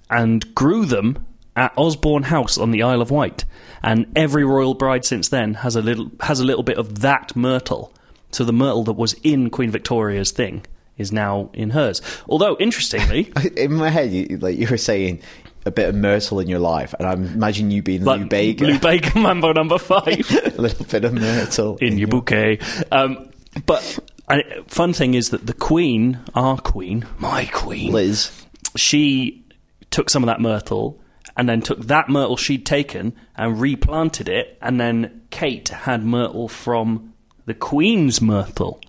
Speaker 2: and grew them at Osborne House on the Isle of Wight. And every royal bride since then has a little has a little bit of that myrtle. So the myrtle that was in Queen Victoria's thing is now in hers. Although interestingly,
Speaker 1: [laughs] In my head, you, like you were saying, a bit of myrtle in your life, and I imagine you being
Speaker 2: like
Speaker 1: Lou Bega,
Speaker 2: Lou Bega [laughs] Mambo number five
Speaker 1: [laughs] a little bit of myrtle
Speaker 2: in your bouquet. Um, but I, fun thing is that the Queen, our Queen, my Queen,
Speaker 1: Liz.
Speaker 2: she took some of that myrtle and then took that myrtle she'd taken and replanted it and then kate had myrtle from the queen's myrtle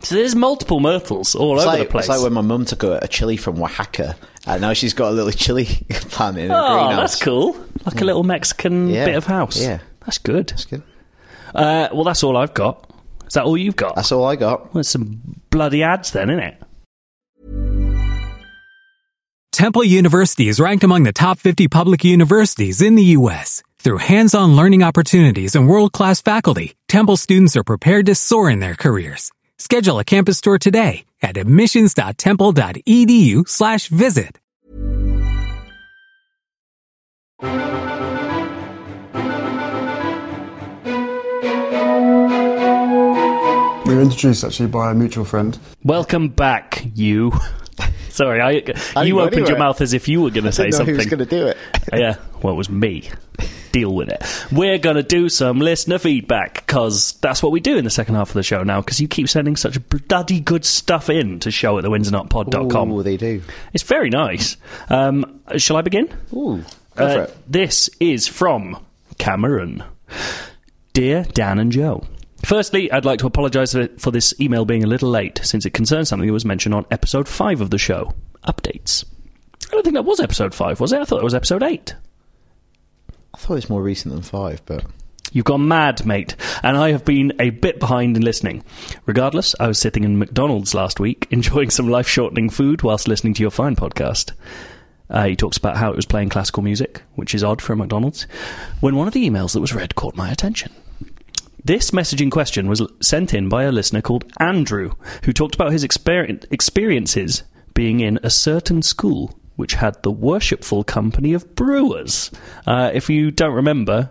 Speaker 2: so there's multiple myrtles all
Speaker 1: It's
Speaker 2: over
Speaker 1: like,
Speaker 2: the place
Speaker 1: it's like when my mum took a, a chili from Oaxaca, and now she's got a little chili [laughs] plant in a
Speaker 2: oh
Speaker 1: greenhouse.
Speaker 2: that's cool like a little mexican
Speaker 1: Yeah.
Speaker 2: bit of house
Speaker 1: Yeah.
Speaker 2: that's good
Speaker 1: That's good.
Speaker 2: uh, well that's all i've got is that all you've got
Speaker 1: That's all I got.
Speaker 2: well, it's some bloody ads then isn't it
Speaker 3: Temple University is ranked among the top 50 public universities in the U.S. Through hands-on learning opportunities and world-class faculty, Temple students are prepared to soar in their careers. Schedule a campus tour today at admissions.temple.edu E slash visit.
Speaker 4: We were introduced actually by a mutual friend.
Speaker 2: welcome back you [laughs] sorry i,
Speaker 1: I didn't
Speaker 2: you
Speaker 1: go
Speaker 2: opened your
Speaker 1: anywhere.
Speaker 2: mouth as if you were going to say
Speaker 1: Didn't know
Speaker 2: something
Speaker 1: who was going to do it.
Speaker 2: [laughs] yeah, well, it was me. Deal with it. We're going to do some listener feedback because that's what we do in the second half of the show now because you keep sending such bloody good stuff in to show at
Speaker 1: Ooh,
Speaker 2: thewindsnotpod.com.
Speaker 1: they do.
Speaker 2: It's very nice. Um, shall I begin?
Speaker 1: Ooh, go for
Speaker 2: Uh,
Speaker 1: it.
Speaker 2: This is from Cameron. Dear Dan and Joe. Firstly, I'd like to apologise for- for this email being a little late, since it concerns something that was mentioned on episode 5 of the show updates. I don't think that was episode 5, was it? I thought it was episode 8.
Speaker 1: I thought it was more recent than five, but
Speaker 2: You've gone mad, mate, and I have been a bit behind in listening. Regardless, I was sitting in McDonald's last week, [laughs] enjoying some life shortening food whilst listening to your fine podcast. Uh, he talks about how it was playing classical music, which is odd for a McDonald's, when one of the emails that was read caught my attention. This message in question was l- sent in by a listener called Andrew, who talked about his exper- experiences being in a certain school which had the worshipful company of brewers. Uh, if you don't remember,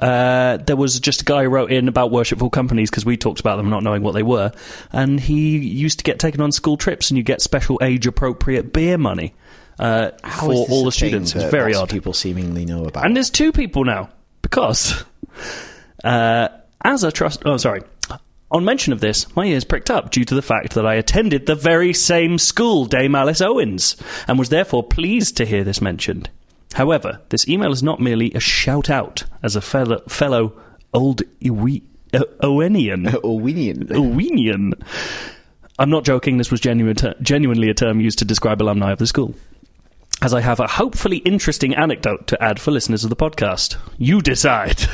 Speaker 2: uh, there was just a guy who wrote in about worshipful companies because we talked about them not knowing what they were, and he used to get taken on school trips, and you get special age-appropriate beer money uh,
Speaker 1: How is
Speaker 2: for
Speaker 1: this
Speaker 2: all
Speaker 1: a
Speaker 2: the students.
Speaker 1: thing
Speaker 2: It was
Speaker 1: that
Speaker 2: very
Speaker 1: lots of
Speaker 2: odd.
Speaker 1: People seemingly know about.
Speaker 2: And there's two people now because Uh, as a trust. Oh, sorry. On mention of this, my ears pricked up due to the fact that I attended the very same school, Dame Alice Owens, and was therefore pleased to hear this mentioned. However, this email is not merely a shout out as a fellow, fellow old Iwi, uh, Owenian.
Speaker 1: Orwinian.
Speaker 2: Owenian. Oh, I'm not joking, this was genuine ter- genuinely a term used to describe alumni of the school. As I have a hopefully interesting anecdote to add for listeners of the podcast. You decide.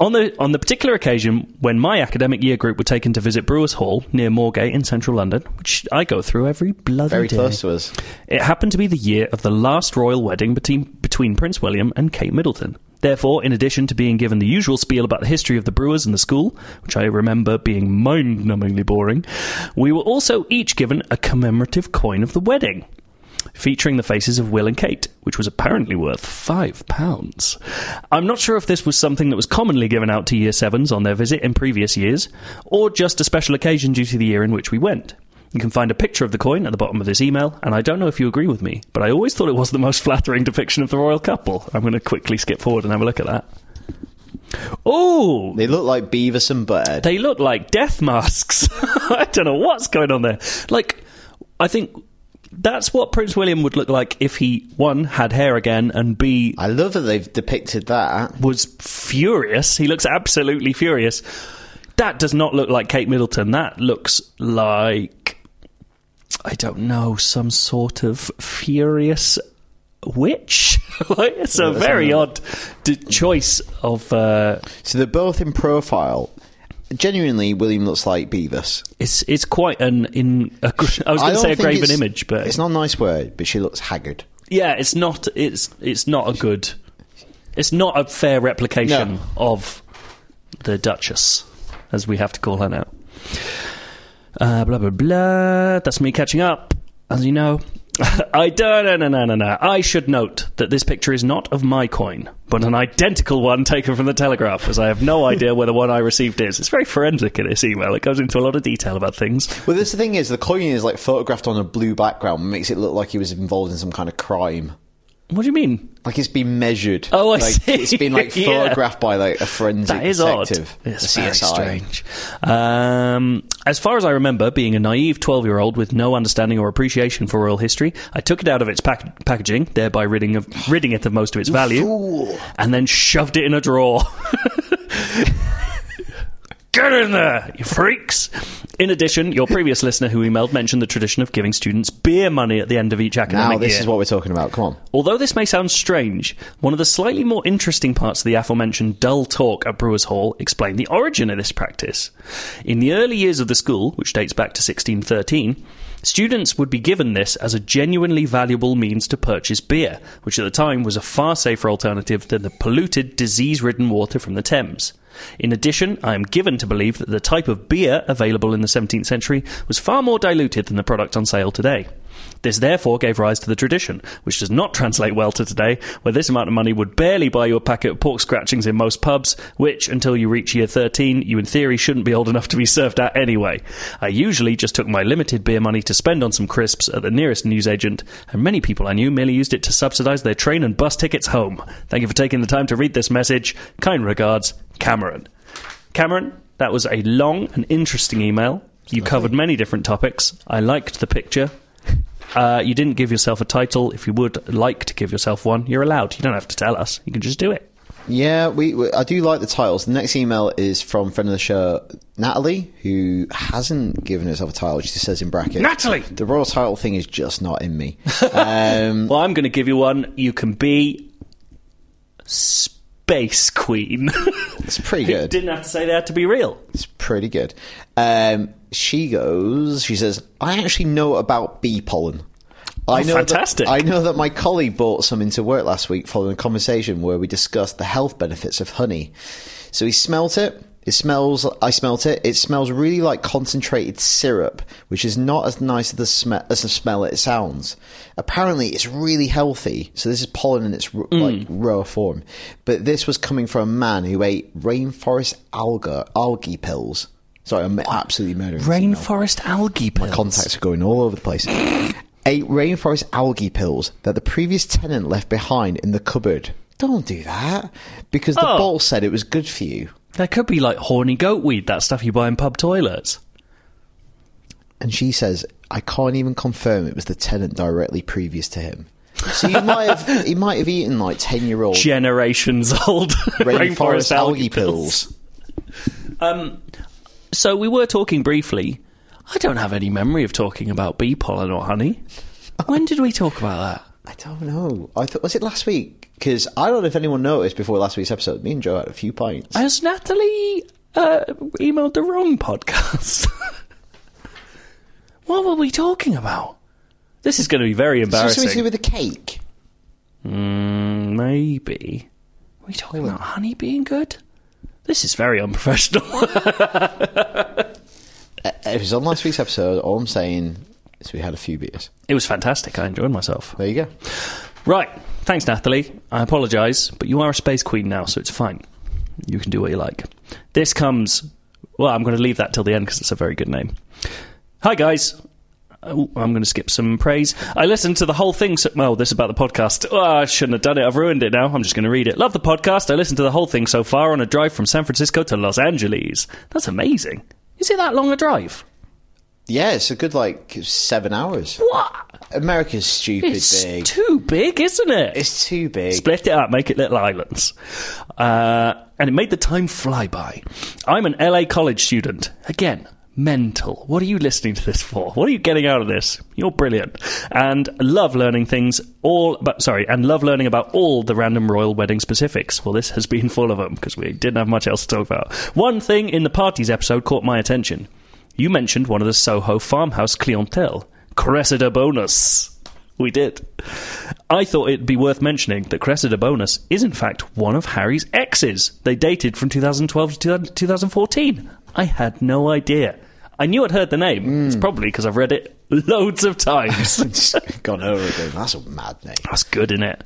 Speaker 2: On the on the particular occasion when my academic year group were taken to visit Brewers Hall near Moorgate in central London, which I go through every bloody
Speaker 1: Very
Speaker 2: day.
Speaker 1: close to us.
Speaker 2: It happened to be the year of the last royal wedding between, between Prince William and Kate Middleton. Therefore, in addition to being given the usual spiel about the history of the Brewers and the school, which I remember being mind numbingly boring, we were also each given a commemorative coin of the wedding, featuring the faces of Will and Kate, which was apparently worth £5. I'm not sure if this was something that was commonly given out to Year 7s on their visit in previous years, or just a special occasion due to the year in which we went. You can find a picture of the coin at the bottom of this email, and I don't know if you agree with me, but I always thought it was the most flattering depiction of the royal couple. I'm going to quickly skip forward and have a look at that. Oh,
Speaker 1: They look like Beavis and Butthead.
Speaker 2: they look like death masks. [laughs] I don't know what's going on there. Like, I think that's what Prince William would look like if he, one, had hair again, and B,
Speaker 1: I love that they've depicted that.
Speaker 2: was furious. He looks absolutely furious. That does not look like Kate Middleton. That looks like I don't know, some sort of furious witch. [laughs] Like, it's a very odd d- choice of. Uh,
Speaker 1: So they're both in profile. Genuinely, William looks like Beavis.
Speaker 2: it's it's quite an in. A, gr- I was going
Speaker 1: don't
Speaker 2: to say a
Speaker 1: think
Speaker 2: graven
Speaker 1: it's-
Speaker 2: image, but
Speaker 1: it's not a nice word. But she looks haggard.
Speaker 2: yeah, it's not. It's it's not a good. It's not a fair replication
Speaker 1: No.
Speaker 2: of the Duchess, as we have to call her now. Uh, blah blah blah. That's me catching up, as you know. [laughs] I don't. No, no, no, no, no. I should note that this picture is not of my coin, but an identical one taken from the Telegraph, as I have no idea where the one I received is. It's very forensic in this email. It goes into a lot of detail about things.
Speaker 1: Well, this the thing is, the coin is like photographed on a blue background, makes it look like he was involved in some kind of crime.
Speaker 2: What do you mean?
Speaker 1: Like it's been measured.
Speaker 2: Oh, I
Speaker 1: like,
Speaker 2: see.
Speaker 1: It's been like
Speaker 2: [laughs] Yeah.
Speaker 1: photographed by like a forensic
Speaker 2: That is
Speaker 1: detective.
Speaker 2: odd. It's
Speaker 1: a
Speaker 2: very
Speaker 1: CSI.
Speaker 2: strange. Um, as far as I remember, being a naive 12 year old with no understanding or appreciation for royal history, I took it out of its pack- packaging, thereby ridding, of, ridding it of most of its value, and then shoved it in a drawer. [laughs] Get in there, you freaks! In addition, your previous listener who emailed mentioned the tradition of giving students beer money at the end of each academic
Speaker 1: Now this
Speaker 2: year.
Speaker 1: is what we're talking about. Come on.
Speaker 2: Although this may sound strange, one of the slightly more interesting parts of the aforementioned dull talk at Brewers Hall explained the origin of this practice. In the early years of the school, which dates back to 1613, students would be given this as a genuinely valuable means to purchase beer, which at the time was a far safer alternative than the polluted, disease ridden water from the Thames. In addition, I am given to believe that the type of beer available in the 17th century was far more diluted than the product on sale today. This therefore gave rise to the tradition, which does not translate well to today, where this amount of money would barely buy you a packet of pork scratchings in most pubs, which, until you reach year 13, you in theory shouldn't be old enough to be served at anyway. I usually just took my limited beer money to spend on some crisps at the nearest newsagent, and many people I knew merely used it to subsidise their train and bus tickets home. Thank you for taking the time to read this message. Kind regards, Cameron. Cameron, that was a long and interesting email. You covered many different topics. I liked the picture. Uh, you didn't give yourself a title. If you would like to give yourself one, you're allowed. You don't have to tell us. You can just do it.
Speaker 1: Yeah, we, we. I do like the titles. The next email is from friend of the show Natalie, who hasn't given herself a title. She just says in brackets,
Speaker 2: Natalie!
Speaker 1: The royal title thing is just not in
Speaker 2: [laughs]
Speaker 1: me. um,
Speaker 2: Well, I'm going to give you one. You can be Space Queen. [laughs]
Speaker 1: it's pretty
Speaker 2: You
Speaker 1: good.
Speaker 2: didn't have to say that to be real.
Speaker 1: It's pretty good. Um, she goes, she says, I actually know about bee pollen. I know that-
Speaker 2: Oh, fantastic.
Speaker 1: I know that my colleague bought some into work last week following a conversation where we discussed the health benefits of honey. So he smelt it. It smells. I smelt it. It smells really like concentrated syrup, which is not as nice as the, sm- as the smell it sounds. Apparently, it's really healthy. So this is pollen in its r- like raw form. But this was coming from a man who ate rainforest alga algae pills. Sorry, I'm absolutely murdering. this email.
Speaker 2: Rainforest algae pills.
Speaker 1: Contacts are going all over the place. Eight rainforest algae pills that the previous tenant left behind in the cupboard. Don't do that because the
Speaker 2: Oh.
Speaker 1: bottle said it was good for you,
Speaker 2: There could be like horny goat weed, that stuff you buy in pub toilets.
Speaker 1: and she says, "I can't even confirm it was the tenant directly previous to him." So you might have he might have eaten like ten year old
Speaker 2: Generations [laughs] old rainforest, Um,
Speaker 1: rainforest algae pills.
Speaker 2: So we were talking briefly. I don't have any memory of talking about bee pollen
Speaker 1: [laughs]
Speaker 2: or honey. When did we talk about that?
Speaker 1: I don't know. I thought was it last week? Because I don't know if anyone noticed before last week's episode. Me and Joe had a few pints.
Speaker 2: Has Natalie uh, emailed the wrong podcast? [laughs] what were we talking about? This is going to be very
Speaker 1: Is this something to do
Speaker 2: embarrassing.
Speaker 1: with the cake?
Speaker 2: Mm, Maybe. Were we talking about honey being good? This is very unprofessional. [laughs]
Speaker 1: It was on last week's episode. All I'm saying is we had a few beers.
Speaker 2: it was fantastic. I enjoyed myself.
Speaker 1: There you go.
Speaker 2: Right. Thanks, Nathalie. I apologise, but you are a space queen now, so it's fine. You can do what you like. This comes. Well, I'm going to leave that till the end because it's a very good name. Hi, guys. Oh, I'm going to skip some praise. I listened to the whole thing. So, well, this about the podcast. Oh, I shouldn't have done it. I've ruined it now. I'm just going to read it. Love the podcast. I listened to the whole thing so far on a drive from San Francisco to Los Angeles. That's amazing. Is it that long a drive?
Speaker 1: Yeah, it's a good like seven hours.
Speaker 2: What?
Speaker 1: America's stupid
Speaker 2: It's
Speaker 1: big.
Speaker 2: too big, isn't it?
Speaker 1: it's too big.
Speaker 2: Split it up, make it little islands. Uh, and it made the time fly by. I'm an LA college student. Again, mental. What are you listening to this for? What are you getting out of this? You're brilliant. And love learning things all but sorry, and love learning about all the random royal wedding specifics. Well, this has been full of them because we didn't have much else to talk about. One thing in the parties episode caught my attention. You mentioned one of the Soho farmhouse clientele, Cressida Bonus. We did. I thought it'd be worth mentioning that Cressida Bonus is, in fact, one of Harry's exes. They dated from 2012 to 2014. I had no idea. I knew I'd heard the name. It's probably because I've read it [laughs] loads of times.
Speaker 1: It's gone over again. That's a mad name.
Speaker 2: That's good, is it?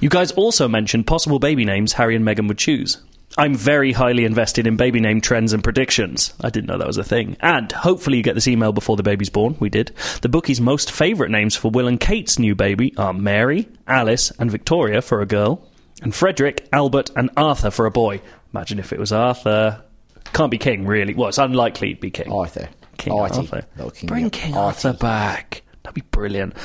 Speaker 2: You guys also mentioned possible baby names Harry and Meghan would choose. I'm very highly invested in baby name trends and predictions. I didn't know that was a thing. And hopefully you get this email before the baby's born. We did. The bookie's most favourite names for Will and Kate's new baby are Mary, Alice, and Victoria for a girl, and Frederick, Albert, and Arthur for a boy. Imagine if it was Arthur. Can't be king, really. Well, it's unlikely he'd be king.
Speaker 1: Arthur.
Speaker 2: King
Speaker 1: Artie.
Speaker 2: Arthur.
Speaker 1: Little King
Speaker 2: Bring
Speaker 1: Artie.
Speaker 2: King Arthur back. That'd be brilliant.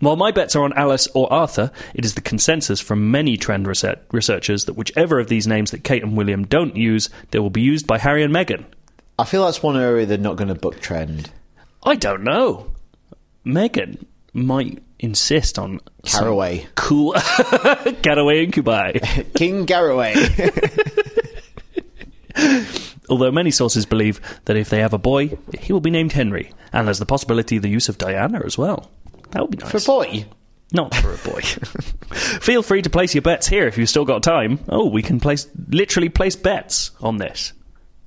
Speaker 2: While my bets are on Alice or Arthur, it is the consensus from many trend research- researchers that whichever of these names that Kate and William don't use, they will be used by Harry and Meghan.
Speaker 1: I feel that's one area they're not going to book trend.
Speaker 2: I don't know. Meghan might insist on some
Speaker 1: Caraway.
Speaker 2: cool [laughs] getaway incubi.
Speaker 1: [laughs] King Garraway.
Speaker 2: [laughs] although many sources believe that if they have a boy, he will be named Henry, and there's the possibility of the use of Diana as well. That would be nice.
Speaker 1: For boy.
Speaker 2: Not for a boy. [laughs] Feel free to place your bets here if you've still got time. Oh, we can place literally place bets on this.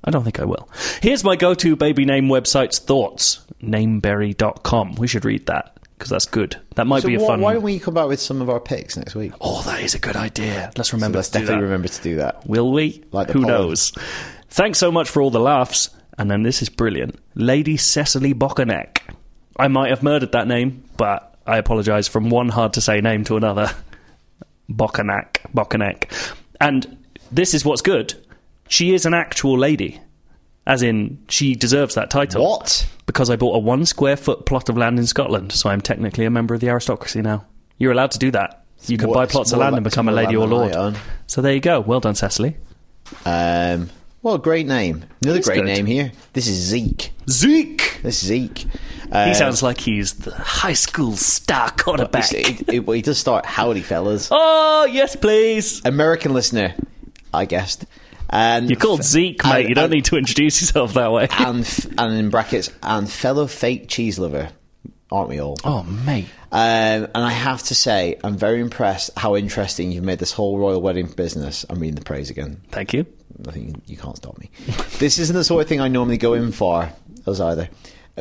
Speaker 2: I don't think I will. Here's my go-to baby name website's thoughts, nameberry.com. We should read that because that's good. That might
Speaker 1: So
Speaker 2: be a
Speaker 1: wh-
Speaker 2: fun.
Speaker 1: why don't we come back with some of our picks next week?
Speaker 2: Oh, that is a good idea. Let's remember
Speaker 1: Let's
Speaker 2: to do
Speaker 1: definitely
Speaker 2: that.
Speaker 1: remember to do that.
Speaker 2: Will we?
Speaker 1: Like the
Speaker 2: Who
Speaker 1: pollen.
Speaker 2: knows? Thanks so much for all the laughs. And then this is brilliant. Lady Cecily Bocanek. I might have murdered that name, but I apologise from one hard to say name to another. Bocanek. Bocanek. And this is what's good. She is an actual lady. As in, she deserves that title.
Speaker 1: What?
Speaker 2: Because I bought a one square foot plot of land in Scotland, so I'm technically a member of the aristocracy now. You're allowed to do that. You can
Speaker 1: more-
Speaker 2: buy
Speaker 1: it's
Speaker 2: plots of
Speaker 1: more
Speaker 2: land
Speaker 1: like-
Speaker 2: and become a
Speaker 1: it's more
Speaker 2: lady or
Speaker 1: like
Speaker 2: lord.
Speaker 1: my own.
Speaker 2: So there you go. Well done, Cecily.
Speaker 1: Um, well, great name. Another
Speaker 2: He's
Speaker 1: great
Speaker 2: good.
Speaker 1: name here. This is Zeke.
Speaker 2: Zeke.
Speaker 1: This is Zeke.
Speaker 2: He
Speaker 1: Um,
Speaker 2: sounds like he's the high school star quarterback.
Speaker 1: he's- It, it, well, he does start howdy, fellas.
Speaker 2: oh yes, please.
Speaker 1: American listener, I guessed. And
Speaker 2: You're called Zeke, mate.
Speaker 1: and-
Speaker 2: you don't
Speaker 1: and-
Speaker 2: need to introduce yourself that way.
Speaker 1: and f- and in brackets and fellow fake cheese lover, aren't we all?
Speaker 2: oh, mate.
Speaker 1: Um, and I have to say, I'm very impressed how interesting you've made this whole royal wedding business. I'm reading the praise again.
Speaker 2: [laughs] Thank you.
Speaker 1: I think you can't stop
Speaker 2: [laughs]
Speaker 1: me. this isn't the sort of thing I normally go in for, us either.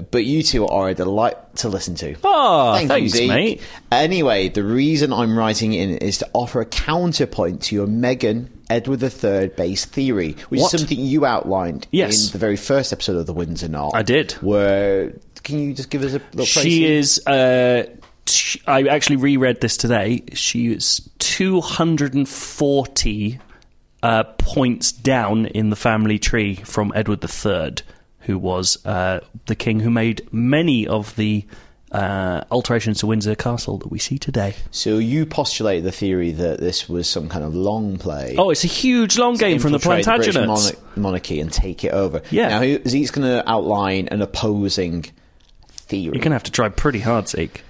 Speaker 1: But you two are a delight to listen to.
Speaker 2: Oh,
Speaker 1: Thank
Speaker 2: thanks,
Speaker 1: you, Zeke.
Speaker 2: mate.
Speaker 1: Anyway, the reason I'm writing in is to offer a counterpoint to your Meghan Edward III based theory, which is
Speaker 2: What?
Speaker 1: something you outlined
Speaker 2: Yes.
Speaker 1: in the very first episode of The Windsor Knot.
Speaker 2: I did.
Speaker 1: Where can you just give us a little?
Speaker 2: She is uh, t- I actually reread this today. She is 240 uh, points down in the family tree from Edward III, who was uh, the king who made many of the uh, alterations to Windsor Castle that we see today.
Speaker 1: So you postulate the theory that this was some kind of long play.
Speaker 2: Oh, it's a huge long game from the
Speaker 1: infiltrate British
Speaker 2: Plantagenets.
Speaker 1: monarch- monarchy and take it over.
Speaker 2: Yeah.
Speaker 1: Now he- Zeke's going to outline an opposing theory.
Speaker 2: You're going to have to try pretty hard, Zeke.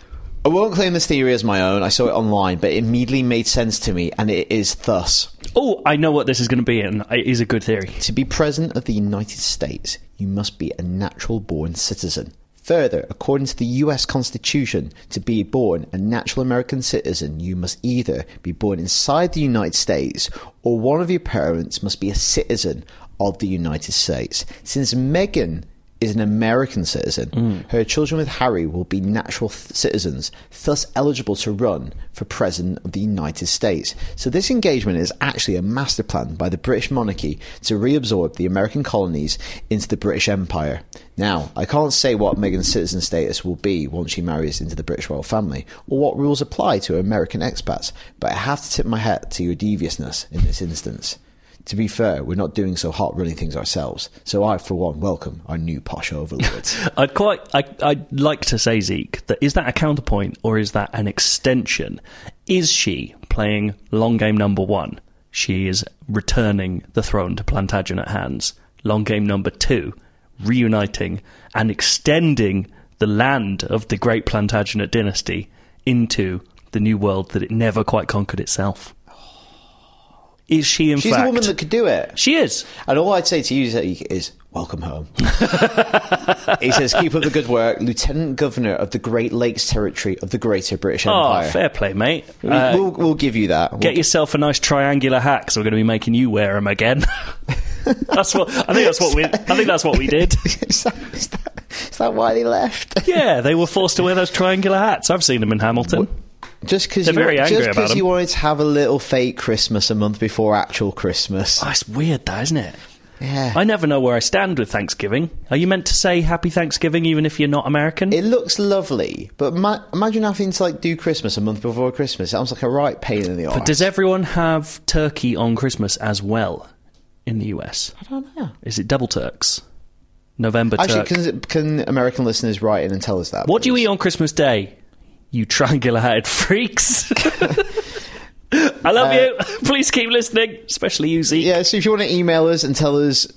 Speaker 1: I won't claim this theory as my own. I saw it online, but it immediately made sense to me, and it is thus.
Speaker 2: Oh, I know what this is going to be, and it is a good theory.
Speaker 1: To be president of the United States, you must be a natural born citizen. Further, according to the US Constitution, to be born a natural American citizen, you must either be born inside the United States or one of your parents must be a citizen of the United States. Since Meghan is an American citizen, her children with Harry will be natural th- citizens, thus eligible to run for president of the United States. So this engagement is actually a master plan by the British monarchy to reabsorb the American colonies into the British Empire. Now, I can't say what Meghan's citizen status will be once she marries into the British royal family, or what rules apply to American expats, but I have to tip my hat to your deviousness in this instance. To be fair, we're not doing so hot running things ourselves, so I, for one, welcome our new posh
Speaker 2: [laughs]
Speaker 1: overlords.
Speaker 2: I'd quite, I, I'd like to say, Zeke, that is that a counterpoint or is that an extension? Is she playing long game number one? She is returning the throne to Plantagenet hands. Long game number two, reuniting and extending the land of the great Plantagenet dynasty into the new world that it never quite conquered itself. Is she in
Speaker 1: She's
Speaker 2: fact?
Speaker 1: the woman that could do it.
Speaker 2: she is.
Speaker 1: And all I'd say to you Zeke, is, welcome home. [laughs] he says, keep up the good work, Lieutenant Governor of the Great Lakes Territory of the Greater British
Speaker 2: Oh,
Speaker 1: Empire.
Speaker 2: fair play, mate.
Speaker 1: We,
Speaker 2: Uh,
Speaker 1: will we'll give you that. We'll-
Speaker 2: Get yourself a nice triangular hat, because we're going to be making you wear them [laughs] again. that's what I think. That's what we. I think that's what we [laughs] did.
Speaker 1: [laughs] is, that, is, that, is that why they left? [laughs]
Speaker 2: Yeah, they were forced to wear those triangular hats. I've seen them in Hamilton.
Speaker 1: Just because
Speaker 2: They're
Speaker 1: you,
Speaker 2: very
Speaker 1: wa-
Speaker 2: angry
Speaker 1: just
Speaker 2: about
Speaker 1: 'cause
Speaker 2: them.
Speaker 1: you wanted to have a little fake Christmas a month before actual Christmas.
Speaker 2: Oh, it's weird, that isn't it?
Speaker 1: Yeah.
Speaker 2: I never know where I stand with Thanksgiving. Are you meant to say Happy Thanksgiving even if you're not American?
Speaker 1: It looks lovely, but ma- imagine having to like do Christmas a month before Christmas. Sounds like a right pain in the arse.
Speaker 2: but does everyone have turkey on Christmas as well in the US? I don't know. Is it double turks? November
Speaker 1: Actually,
Speaker 2: turk.
Speaker 1: can, can American listeners write in and tell us that?
Speaker 2: What do you eat on Christmas Day? You triangular-headed [laughs] freaks. I love you. [laughs] Please keep listening, especially you, Zeke.
Speaker 1: Yeah, so if you want to email us and tell us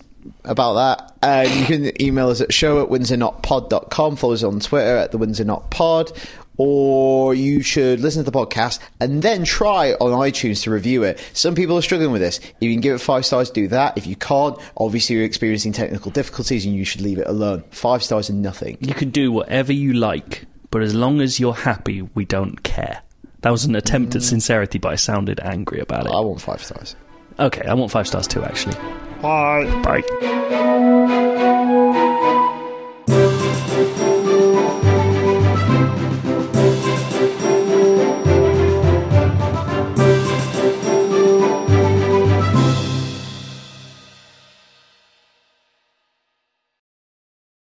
Speaker 1: about that, uh, you can email us at show at windsornotpod.com, follow us on Twitter at the Windsor Not Pod, or you should listen to the podcast and then try on iTunes to review it. Some people are struggling with this. If you can give it five stars, do that. If you can't, obviously you're experiencing technical difficulties and you should leave it alone. Five stars and nothing.
Speaker 2: You can do whatever you like, but as long as you're happy, we don't care. That was an attempt at sincerity, but I sounded angry about
Speaker 1: I
Speaker 2: it.
Speaker 1: want five stars.
Speaker 2: Okay, I want five stars too, actually. Bye. Bye.